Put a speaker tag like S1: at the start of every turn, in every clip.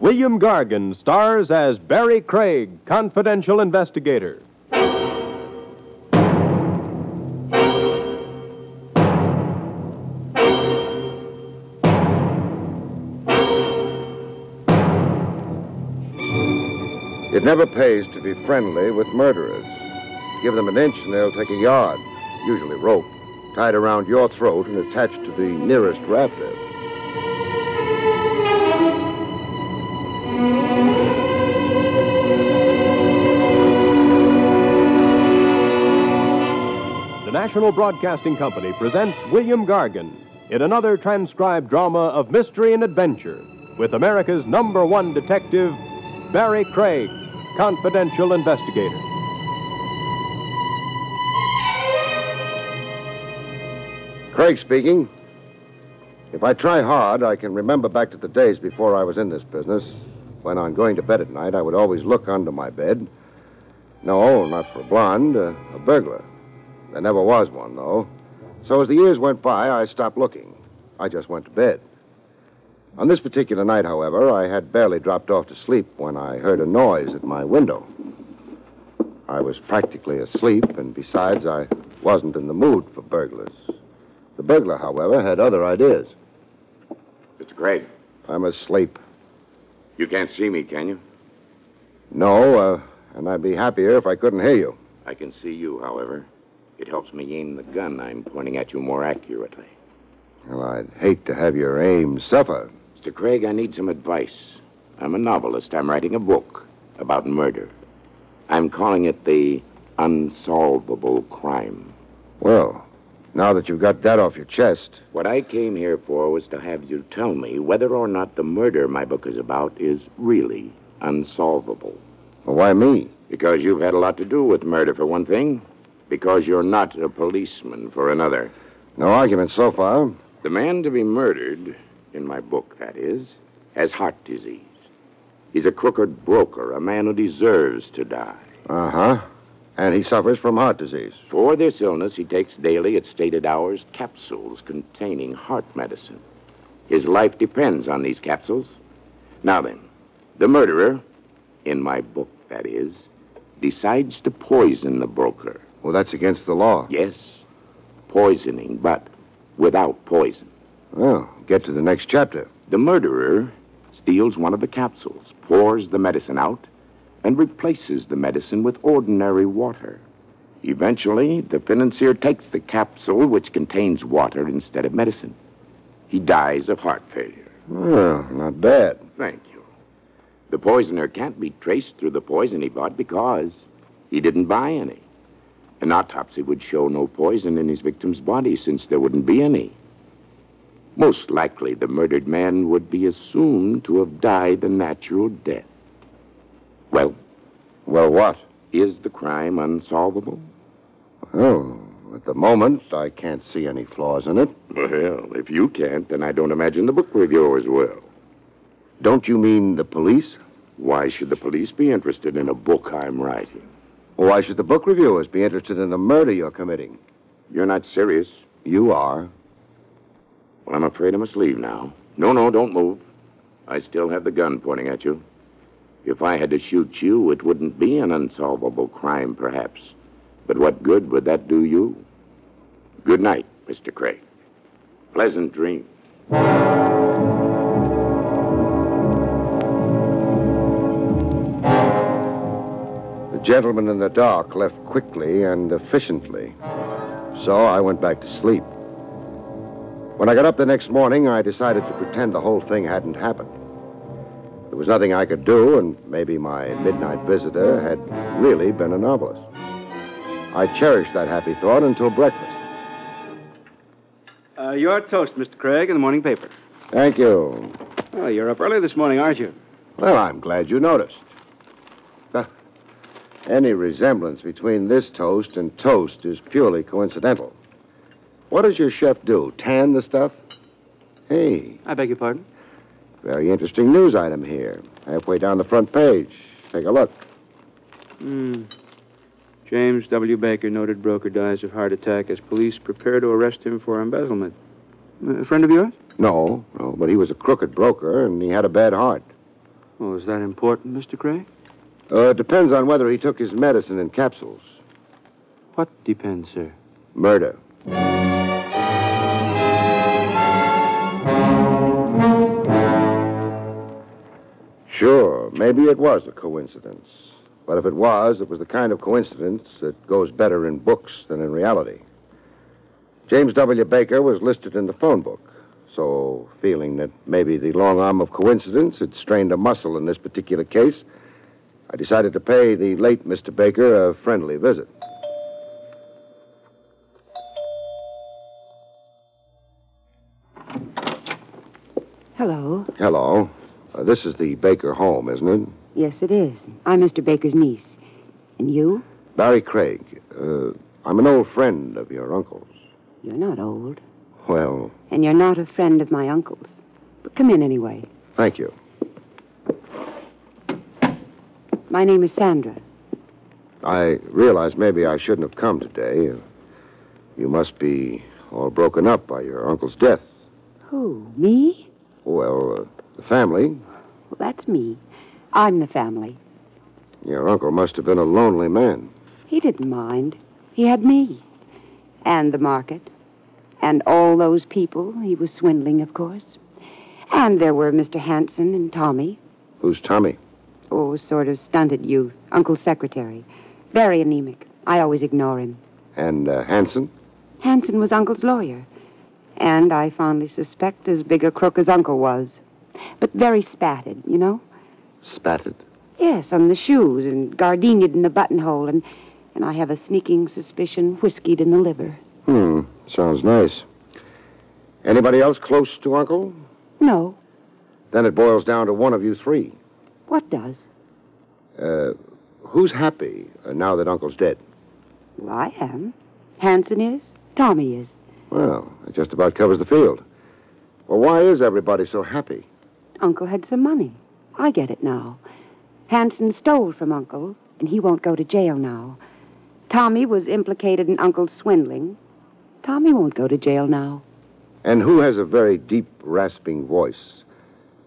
S1: William Gargan stars as Barry Craig, confidential investigator.
S2: It never pays to be friendly with murderers. Give them an inch and they'll take a yard, usually rope, tied around your throat and attached to the nearest rafter.
S1: The National Broadcasting Company presents William Gargan in another transcribed drama of mystery and adventure with America's number one detective, Barry Craig, confidential investigator.
S2: Craig speaking. If I try hard, I can remember back to the days before I was in this business, when on going to bed at night, I would always look under my bed. No, not for a blonde, uh, a burglar. There never was one, though. So as the years went by, I stopped looking. I just went to bed. On this particular night, however, I had barely dropped off to sleep when I heard a noise at my window. I was practically asleep, and besides, I wasn't in the mood for burglars. The burglar, however, had other ideas.
S3: Mr. Craig,
S2: I'm asleep.
S3: you can't see me, can you?
S2: No, uh, and I'd be happier if I couldn't hear you.
S3: I can see you, however. It helps me aim the gun I'm pointing at you more accurately.
S2: Well, I'd hate to have your aim suffer.
S3: Mr. Craig, I need some advice. I'm a novelist. I'm writing a book about murder. I'm calling it The Unsolvable Crime.
S2: Well, now that you've got that off your chest,
S3: What I came here for was to have you tell me whether or not the murder my book is about is really unsolvable.
S2: well, why me?
S3: Because you've had a lot to do with murder, for one thing. Because you're not a policeman, for another.
S2: No argument so far.
S3: The man to be murdered, in my book, that is, has heart disease. He's a crooked broker, a man who deserves to die.
S2: Uh huh. And he suffers from heart disease.
S3: For this illness, he takes daily at stated hours capsules containing heart medicine. His life depends on these capsules. Now then, the murderer, in my book, that is, decides to poison the broker.
S2: Well, that's against the law.
S3: Yes, poisoning, but without poison.
S2: Well, get to the next chapter.
S3: The murderer steals one of the capsules, pours the medicine out, and replaces the medicine with ordinary water. Eventually, the financier takes the capsule which contains water instead of medicine. He dies of heart failure.
S2: Well, not bad.
S3: Thank you. The poisoner can't be traced through the poison he bought because he didn't buy any. An autopsy would show no poison in his victim's body since there wouldn't be any. Most likely, the murdered man would be assumed to have died a natural death. Well,
S2: Well, what?
S3: is the crime unsolvable?
S2: Oh, at the moment, I can't see any flaws in it.
S3: Well, if you can't, then I don't imagine the book reviewers will.
S2: Don't you mean the police?
S3: Why should the police be interested in a book I'm writing?
S2: Why should the book reviewers be interested in the murder you're committing?
S3: You're not serious.
S2: You are.
S3: Well, I'm afraid I must leave now. No, no, don't move. I still have the gun pointing at you. If I had to shoot you, it wouldn't be an unsolvable crime, perhaps. But what good would that do you? Good night, Mr. Craig. Pleasant dreams.
S2: The gentleman in the dark left quickly and efficiently. So I went back to sleep. When I got up the next morning, I decided to pretend the whole thing hadn't happened. There was nothing I could do, and maybe my midnight visitor had really been a novelist. I cherished that happy thought until breakfast.
S4: Uh, your toast, Mr. Craig, in the morning paper.
S2: Thank you.
S4: Oh, you're up early this morning, aren't you?
S2: Well, I'm glad you noticed. Huh. Any resemblance between this toast and toast is purely coincidental. What does your chef do? Tan the stuff? Hey,
S4: I beg your pardon?
S2: very interesting news item here. Halfway down the front page. Take a look.
S4: Hmm. James W. Baker, noted broker, dies of heart attack as police prepare to arrest him for embezzlement.
S5: Uh,
S4: A friend of yours?
S2: No, no, but he was a crooked broker and he had a bad heart.
S4: Well, Oh, is that important, Mr. Craig?
S2: Uh, it depends on whether he took his medicine in capsules.
S4: What depends, sir?
S2: Murder. Sure, maybe it was a coincidence. But if it was, it was the kind of coincidence that goes better in books than in reality. James W. Baker was listed in the phone book, so feeling that maybe the long arm of coincidence had strained a muscle in this particular case, I decided to pay the late Mr. Baker a friendly visit.
S6: Hello.
S2: Hello. Uh, this is the Baker home, isn't it?
S6: Yes, it is. I'm Mr. Baker's niece. And you?
S2: Barry Craig. Uh, I'm an old friend of your uncle's.
S6: You're not old.
S2: Well,
S6: And you're not a friend of my uncle's. But come in anyway.
S2: thank you.
S6: My name is Sandra.
S2: I realize maybe I shouldn't have come today. Uh, You must be all broken up by your uncle's death.
S6: Who? Me?
S2: Well, uh, the family.
S6: Well, that's me. I'm the family.
S2: Your uncle must have been a lonely man.
S6: He didn't mind. He had me. And the market. And all those people he was swindling, of course. And there were Mr. Hanson and Tommy.
S2: Who's Tommy?
S6: Oh, sort of stunted youth. Uncle's secretary. Very anemic. I always ignore him.
S2: And uh, Hanson?
S6: Hanson was Uncle's lawyer, and I fondly suspect as big a crook as Uncle was. But very spatted, you know?
S2: Spatted.
S6: Yes, on the shoes and gardenied in the buttonhole, and, and I have a sneaking suspicion whiskeyed in the liver.
S2: Hmm, sounds nice. Anybody else close to Uncle?
S6: No,
S2: Then it boils down to one of you three.
S6: what does?
S2: Uh, who's happy uh, now that Uncle's dead?
S6: Well, I am. Hanson is, Tommy is.
S2: Well, it just about covers the field. Well, why is everybody so happy?
S6: Uncle had some money. I get it now. Hanson stole from Uncle, and he won't go to jail now. Tommy was implicated in Uncle's swindling. Tommy won't go to jail now.
S2: And who has a very deep, rasping voice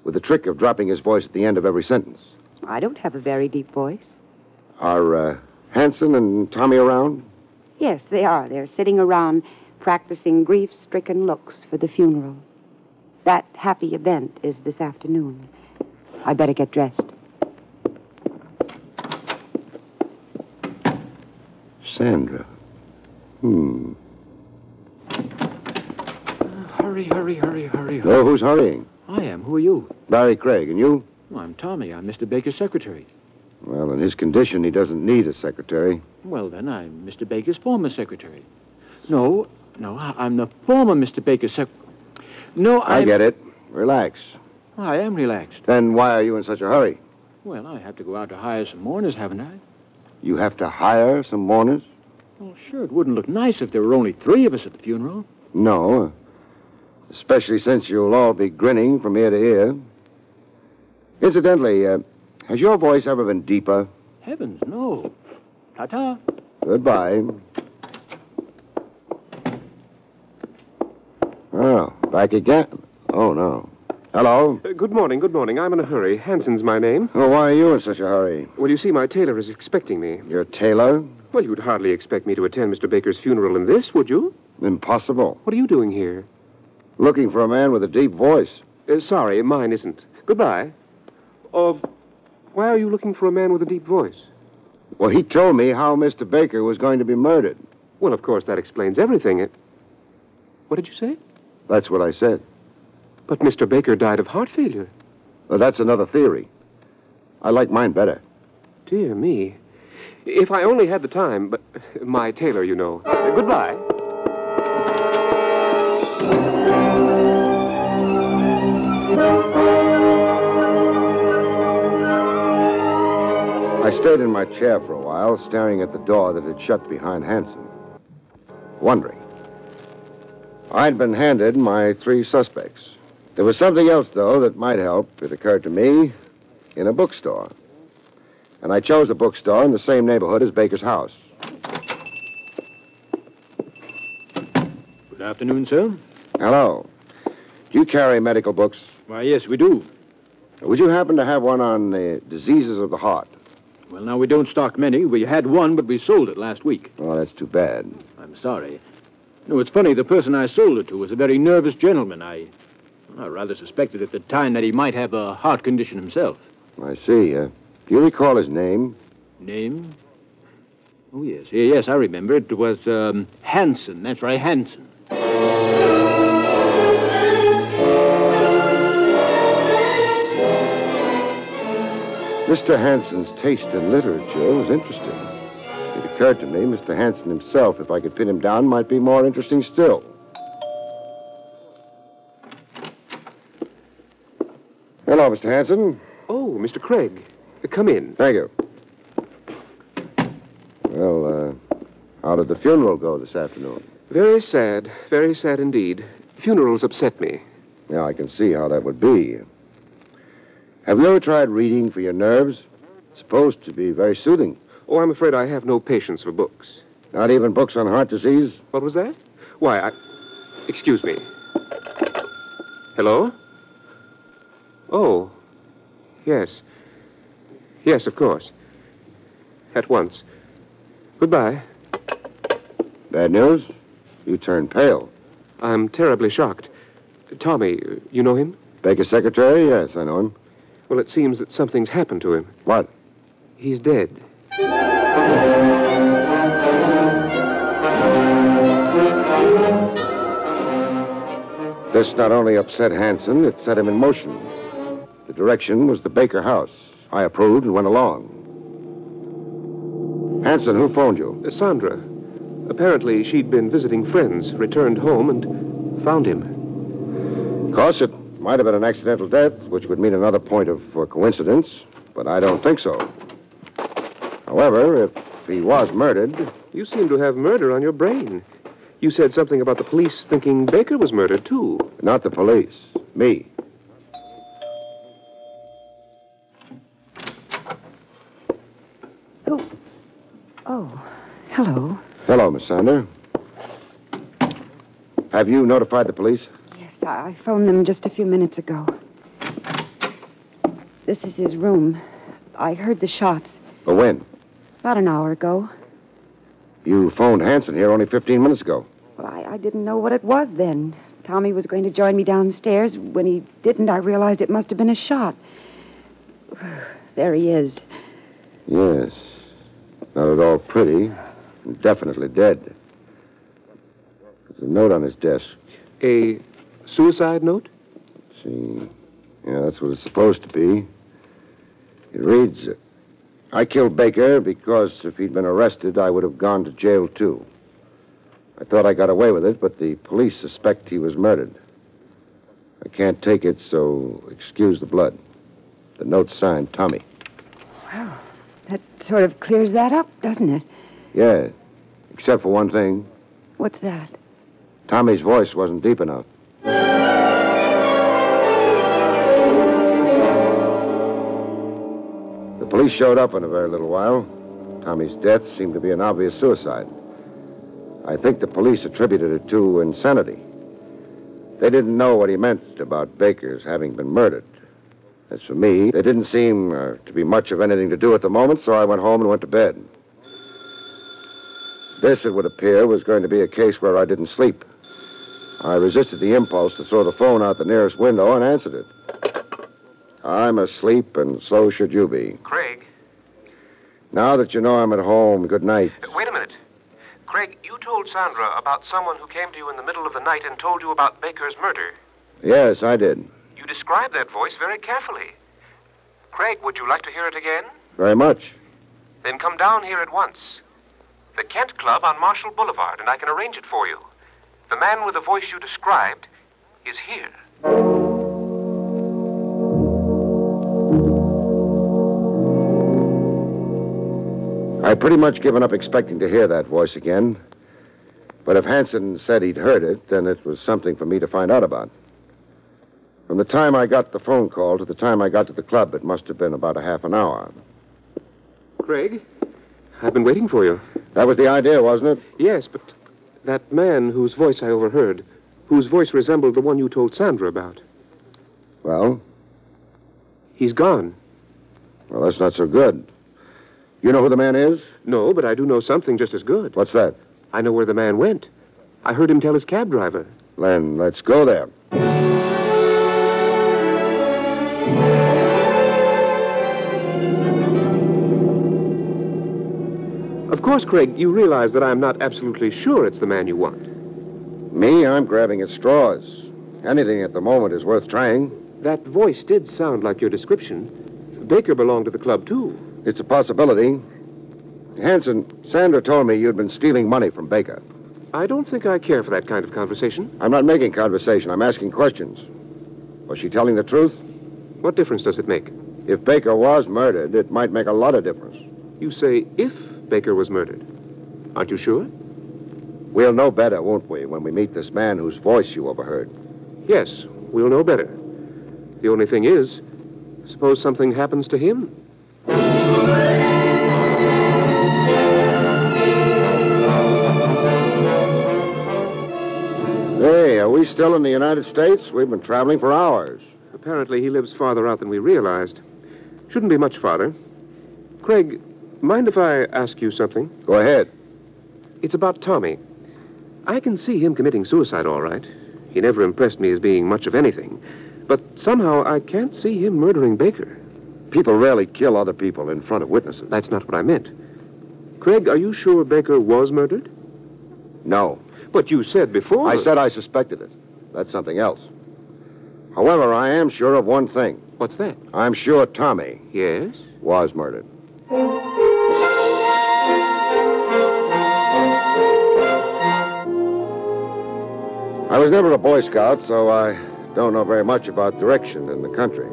S2: with the trick of dropping his voice at the end of every sentence?
S6: I don't have a very deep voice.
S2: Are uh, Hanson and Tommy around?
S6: Yes, they are. They're sitting around practicing grief stricken looks for the funeral. That happy event is this afternoon. I better get dressed.
S2: Sandra. Hmm.
S7: Hurry, hurry, hurry, hurry, hurry.
S2: Oh, who's hurrying?
S7: I am. Who are you?
S2: Barry Craig, and you?
S7: Well, I'm Tommy. I'm Mr. Baker's secretary.
S2: Well, in his condition, he doesn't need a secretary.
S7: Well, then, I'm Mr. Baker's former secretary. No, no, I- I'm the former Mr. Baker's sec. No,
S2: I
S7: I'm...
S2: get it. Relax.
S7: I am relaxed.
S2: Then why are you in such a hurry?
S7: Well, I have to go out to hire some mourners, haven't I?
S2: You have to hire some mourners?
S7: Well, Oh, sure, it wouldn't look nice if there were only three of us at the funeral.
S2: No. Especially since you'll all be grinning from ear to ear. Incidentally, uh, has your voice ever been deeper?
S7: Heavens, no. Ta-ta.
S2: Goodbye. Oh, back again? Oh, no. Hello.
S5: Uh, Good morning, good morning. I'm in a hurry. Hanson's my name.
S2: Well, why are you in such a hurry?
S5: Well, you see, my tailor is expecting me.
S2: Your tailor?
S5: Well, you'd hardly expect me to attend Mr. Baker's funeral in this, would you?
S2: Impossible.
S5: What are you doing here?
S2: Looking for a man with a deep voice.
S5: Uh, sorry, mine isn't. Goodbye. Oh, why are you looking for a man with a deep voice?
S2: Well, he told me how Mr. Baker was going to be murdered.
S5: Well, of course, that explains everything. It... What did you say?
S2: That's what I said.
S5: But Mr. Baker died of heart failure.
S2: Well, that's another theory. I like mine better.
S5: Dear me. If I only had the time, but my tailor, you know. Uh, goodbye.
S2: I stayed in my chair for a while, staring at the door that had shut behind Hanson, wondering. I'd been handed my three suspects. There was something else, though, that might help, it occurred to me, in a bookstore. And I chose a bookstore in the same neighborhood as Baker's house.
S7: Good afternoon, sir.
S2: Hello. Do you carry medical books?
S7: Why, yes, we do.
S2: Would you happen to have one on the diseases of the heart?
S7: Well, now, we don't stock many. We had one, but we sold it last week.
S2: Oh, that's too bad.
S7: I'm sorry. No, it's funny. The person I sold it to was a very nervous gentleman. I, I rather suspected at the time that he might have a heart condition himself.
S2: I see. Uh, do you recall his name?
S7: Name? Oh, yes. Yeah, Yes, I remember. It was um, Hanson. That's right, Hanson.
S2: Mr. Hansen's taste in literature was interesting. It occurred to me Mr. Hansen himself, if I could pin him down, might be more interesting still. Hello, Mr. Hansen.
S5: Oh, Mr. Craig. Uh, Come in.
S2: Thank you. Well, uh, how did the funeral go this afternoon?
S5: Very sad. Very sad indeed. Funerals upset me.
S2: Yeah, I can see how that would be. Have you ever tried reading for your nerves? It's supposed to be very soothing.
S5: Oh, I'm afraid I have no patience for books.
S2: Not even books on heart disease?
S5: What was that? Why, I. Excuse me. Hello? Oh. Yes. Yes, of course. At once. Goodbye.
S2: Bad news? You turn pale.
S5: I'm terribly shocked. Tommy, you know him?
S2: Baker's secretary? Yes, I know him.
S5: Well, it seems that something's happened to him.
S2: What?
S5: He's dead.
S2: This not only upset Hanson, it set him in motion. The direction was the Baker house. I approved and went along. Hanson, who phoned you?
S5: Uh, Sandra. Apparently, she'd been visiting friends, returned home, and found him.
S2: Of course, it might have been an accidental death, which would mean another point of uh, coincidence, but I don't think so. However, if he was murdered,
S5: You seem to have murder on your brain. You said something about the police thinking Baker was murdered, too.
S2: not the police, me.
S6: Who? Oh, hello.
S2: Hello, Miss Sander. Have you notified the police?
S6: Yes, I I phoned them just a few minutes ago. This is his room. I heard the shots
S2: But when?
S6: about an hour ago.
S2: You phoned Hanson here only 15 minutes ago.
S6: Well, I, I didn't know what it was then. Tommy was going to join me downstairs. When he didn't, I realized it must have been a shot. There he is.
S2: Yes. Not at all pretty. and Definitely dead. There's a note on his desk.
S5: A suicide note?
S2: See. Yeah, that's what it's supposed to be. It reads I killed Baker because if he'd been arrested, I would have gone to jail too. I thought I got away with it, but the police suspect he was murdered. I can't take it, so excuse the blood. The note's signed Tommy.
S6: That sort of clears that up, doesn't it?
S2: Yeah, except for one thing.
S6: What's that?
S2: Tommy's voice wasn't deep enough. The police showed up in a very little while. Tommy's death seemed to be an obvious suicide. I think the police attributed it to insanity. They didn't know what he meant about Baker's having been murdered. As for me, there didn't seem uh, to be much of anything to do at the moment, so I went home and went to bed. This, it would appear, was going to be a case where I didn't sleep. I resisted the impulse to throw the phone out the nearest window and answered it. I'm asleep, and so should you be.
S5: Craig?
S2: Now that you know I'm at home, good night.
S5: Wait a minute. Craig, you told Sandra about someone who came to you in the middle of the night and told you about Baker's murder.
S2: Yes, I did.
S5: You described that voice very carefully. Craig, would you like to hear it again?
S2: Very much.
S5: Then come down here at once. The Kent Club on Marshall Boulevard, and I can arrange it for you. The man with the voice you described is here.
S2: I'd pretty much given up expecting to hear that voice again. But if Hanson said he'd heard it, then it was something for me to find out about. From the time I got the phone call to the time I got to the club, it must have been about a half an hour.
S5: Craig? I've been waiting for you.
S2: That was the idea, wasn't it?
S5: Yes, but that man whose voice I overheard, whose voice resembled the one you told Sandra about,
S2: Well,
S5: He's gone.
S2: Well, that's not so good. You know who the man is?
S5: No, but I do know something just as good.
S2: What's that?
S5: I know where the man went. I heard him tell his cab driver.
S2: Then let's go there.
S5: Of course, Craig, you realize that I'm not absolutely sure it's the man you want.
S2: Me, I'm grabbing at straws. Anything at the moment is worth trying.
S5: That voice did sound like your description. Baker belonged to the club, too.
S2: It's a possibility. Hanson, Sandra told me you'd been stealing money from Baker.
S5: I don't think I care for that kind of conversation.
S2: I'm not making conversation. I'm asking questions. Was she telling the truth?
S5: What difference does it make?
S2: If Baker was murdered, it might make a lot of difference.
S5: You say if Baker was murdered. Aren't you sure?
S2: We'll know better, won't we, when we meet this man whose voice you overheard?
S5: Yes, we'll know better. The only thing is, suppose something happens to him?
S2: Hey, are we still in the United States? We've been traveling for hours.
S5: Apparently, he lives farther out than we realized. Shouldn't be much farther. Craig, mind if I ask you something?
S2: Go ahead.
S5: It's about Tommy. I can see him committing suicide, all right. He never impressed me as being much of anything. But somehow I can't see him murdering Baker.
S2: People rarely kill other people in front of witnesses.
S5: That's not what I meant. Craig, are you sure Baker was murdered?
S2: No.
S5: But you said before.
S2: I said I suspected it. That's something else. However, I am sure of one thing.
S5: What's that?
S2: I'm sure Tommy
S5: Yes?
S2: was murdered. I was never a Boy Scout, so I don't know very much about direction in the country.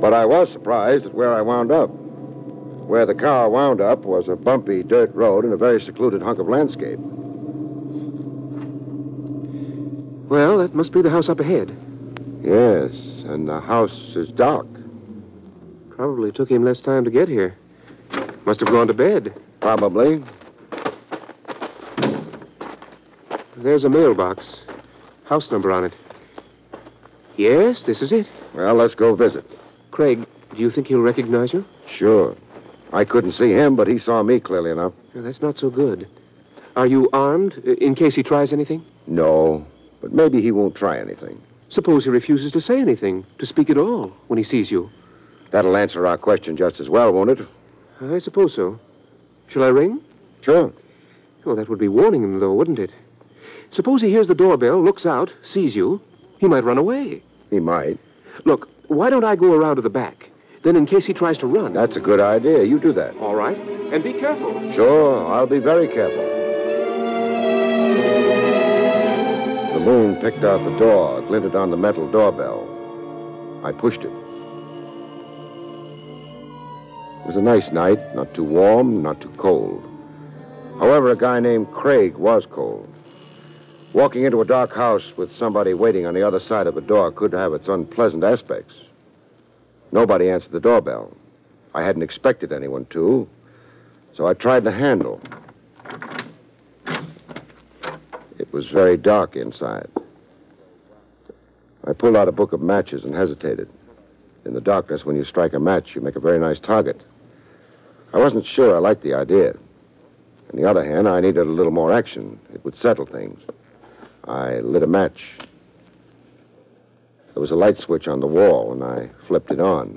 S2: But I was surprised at where I wound up. Where the car wound up was a bumpy dirt road in a very secluded hunk of landscape.
S5: Well, that must be the house up ahead.
S2: Yes, and the house is dark.
S5: Probably took him less time to get here. Must have gone to bed.
S2: Probably.
S5: There's a mailbox. House number on it. Yes, this is it.
S2: Well, let's go visit.
S5: Craig, do you think he'll recognize you?
S2: Sure. I couldn't see him, but he saw me clearly enough.
S5: Yeah, that's not so good. Are you armed i- in case he tries anything?
S2: No, but maybe he won't try anything.
S5: Suppose he refuses to say anything, to speak at all, when he sees you.
S2: That'll answer our question just as well, won't it?
S5: I suppose so. Shall I ring?
S2: Sure.
S5: Oh, that would be warning him, though, wouldn't it? Suppose he hears the doorbell, looks out, sees you. He might run away.
S2: He might.
S5: Look, why don't I go around to the back? Then, in case he tries to run.
S2: That's a good idea. You do that.
S5: All right. And be careful.
S2: Sure, I'll be very careful. The moon picked out the door, glinted on the metal doorbell. I pushed it. It was a nice night, not too warm, not too cold. However, a guy named Craig was cold. Walking into a dark house with somebody waiting on the other side of a door could have its unpleasant aspects. Nobody answered the doorbell. I hadn't expected anyone to, so I tried the handle. It was very dark inside. I pulled out a book of matches and hesitated. In the darkness, when you strike a match, you make a very nice target. I wasn't sure I liked the idea. On the other hand, I needed a little more action. It would settle things. I lit a match. There was a light switch on the wall, and I flipped it on.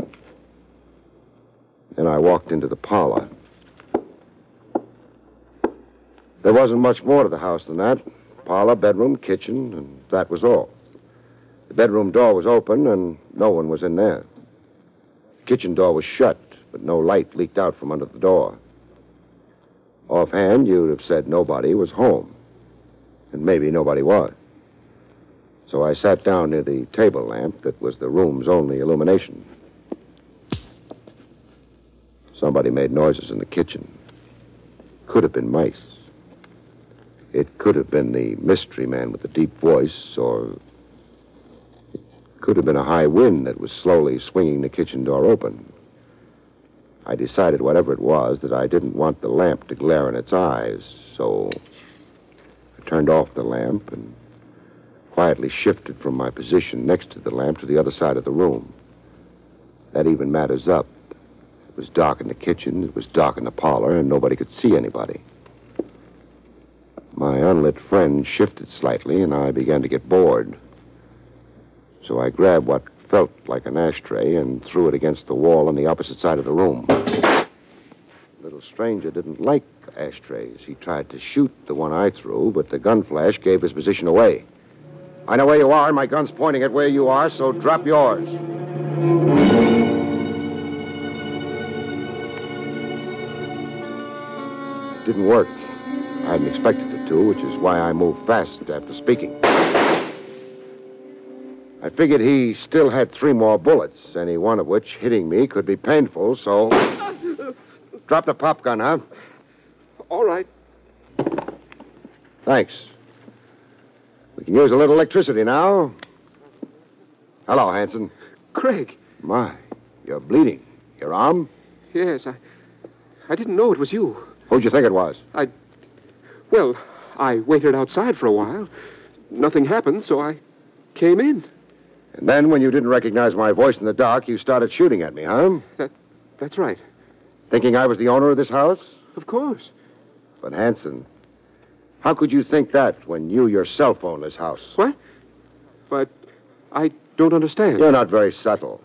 S2: Then I walked into the parlor. There wasn't much more to the house than that parlor, bedroom, kitchen, and that was all. The bedroom door was open, and no one was in there. The kitchen door was shut, but no light leaked out from under the door. Offhand, you'd have said nobody was home, and maybe nobody was. So I sat down near the table lamp that was the room's only illumination. Somebody made noises in the kitchen. Could have been mice. It could have been the mystery man with the deep voice, or it could have been a high wind that was slowly swinging the kitchen door open. I decided, whatever it was, that I didn't want the lamp to glare in its eyes, so I turned off the lamp and quietly shifted from my position next to the lamp to the other side of the room. That even matters up. It was dark in the kitchen, it was dark in the parlor, and nobody could see anybody. My unlit friend shifted slightly, and I began to get bored. So I grabbed what felt like an ashtray and threw it against the wall on the opposite side of the room. Little stranger didn't like ashtrays. He tried to shoot the one I threw, but the gun flash gave his position away. I know where you are. My gun's pointing at where you are, so drop yours. Didn't work. I hadn't expected it to, which is why I moved fast after speaking. I figured he still had three more bullets, any one of which hitting me could be painful, so. Drop the pop gun, huh?
S5: All right.
S2: Thanks. We can use a little electricity now. Hello, Hanson.
S5: Craig.
S2: My, you're bleeding. Your arm?
S5: Yes, I. I didn't know it was you.
S2: Who'd you think it was?
S5: Well, I waited outside for a while. Nothing happened, so I came in.
S2: And then, when you didn't recognize my voice in the dark, you started shooting at me, huh?
S5: That's right.
S2: Thinking I was the owner of this house?
S5: Of course.
S2: But, Hanson, how could you think that when you yourself own this house?
S5: But I don't understand.
S2: You're not very subtle.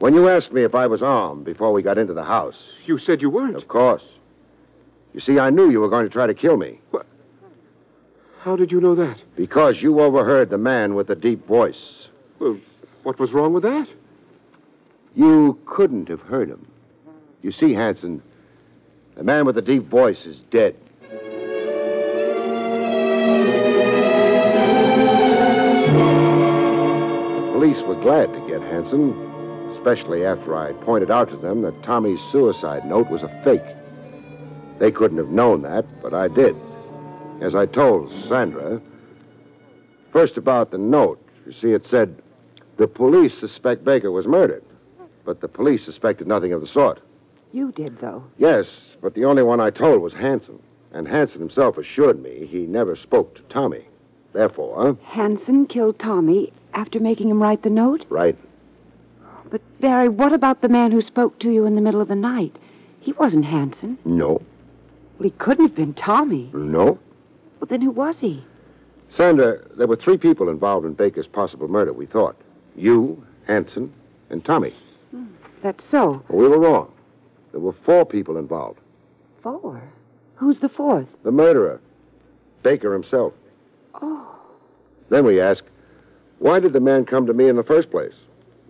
S2: When you asked me if I was armed before we got into the house,
S5: You said you weren't.
S2: of course. You see, I knew you were going to try to kill me
S5: How did you know that?
S2: because you overheard the man with the deep voice.
S5: What was wrong with that?
S2: You couldn't have heard him. You see, Hanson, the man with the deep voice is dead. The police were glad to get Hanson, especially after I pointed out to them that Tommy's suicide note was a fake. They couldn't have known that, but I did. As I told Sandra, first about the note, you see, it said, the police suspect Baker was murdered, but the police suspected nothing of the sort.
S6: You did, though.
S2: Yes, but the only one I told was Hanson, and Hanson himself assured me he never spoke to Tommy. Therefore,
S6: Hanson killed Tommy after making him write the note?
S2: right,
S6: But, Barry, what about the man who spoke to you in the middle of the night? He wasn't Hanson.
S2: no,
S6: Well, he couldn't have been Tommy.
S2: no.
S6: Well, then who was he?
S2: Sandra, there were three people involved in Baker's possible murder, we thought. You, Hanson, and Tommy.
S6: That's so.
S2: We were wrong. There were four people involved.
S6: Four. Who's the fourth?
S2: The murderer, Baker himself.
S6: Oh.
S2: Then we asked, why did the man come to me in the first place?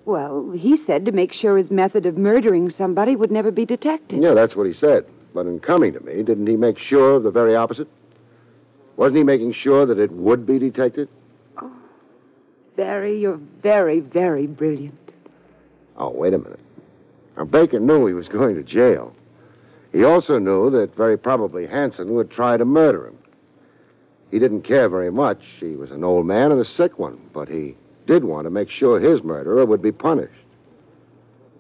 S6: Well, he said to make sure his method of murdering somebody would never be detected.
S2: Yeah, that's what he said. But in coming to me, didn't he make sure of the very opposite? Wasn't he making sure that it would be detected?
S6: Barry, you're very, very brilliant.
S2: Oh, wait a minute. Now, Baker knew he was going to jail. He also knew that very probably Hanson would try to murder him. He didn't care very much. He was an old man and a sick one, but he did want to make sure his murderer would be punished.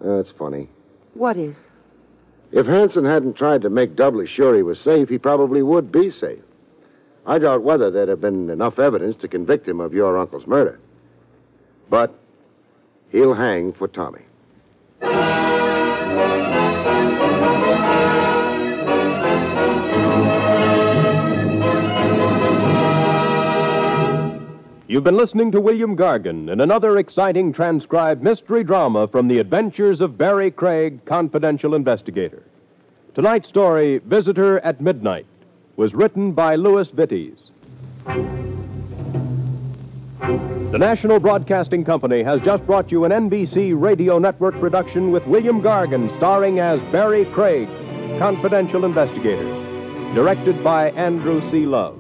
S2: That's funny.
S6: What is?
S2: If Hanson hadn't tried to make doubly sure he was safe, he probably would be safe. I doubt whether there'd have been enough evidence to convict him of your uncle's murder. But he'll hang for Tommy.
S1: You've been listening to William Gargan in another exciting transcribed mystery drama from the adventures of Barry Craig, confidential investigator. Tonight's story, Visitor at Midnight, was written by Louis Vittes. The National Broadcasting Company has just brought you an NBC Radio Network production with William Gargan starring as Barry Craig, confidential investigator, directed by Andrew C. Love.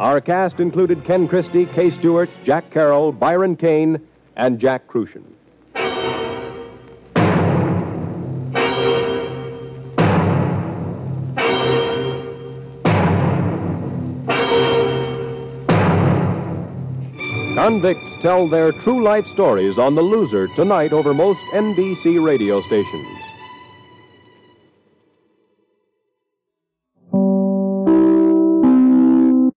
S1: Our cast included Ken Christie, Kay Stewart, Jack Carroll, Byron Kane, and Jack Crucian. Convicts tell their true life stories on The Loser tonight over most NBC radio stations.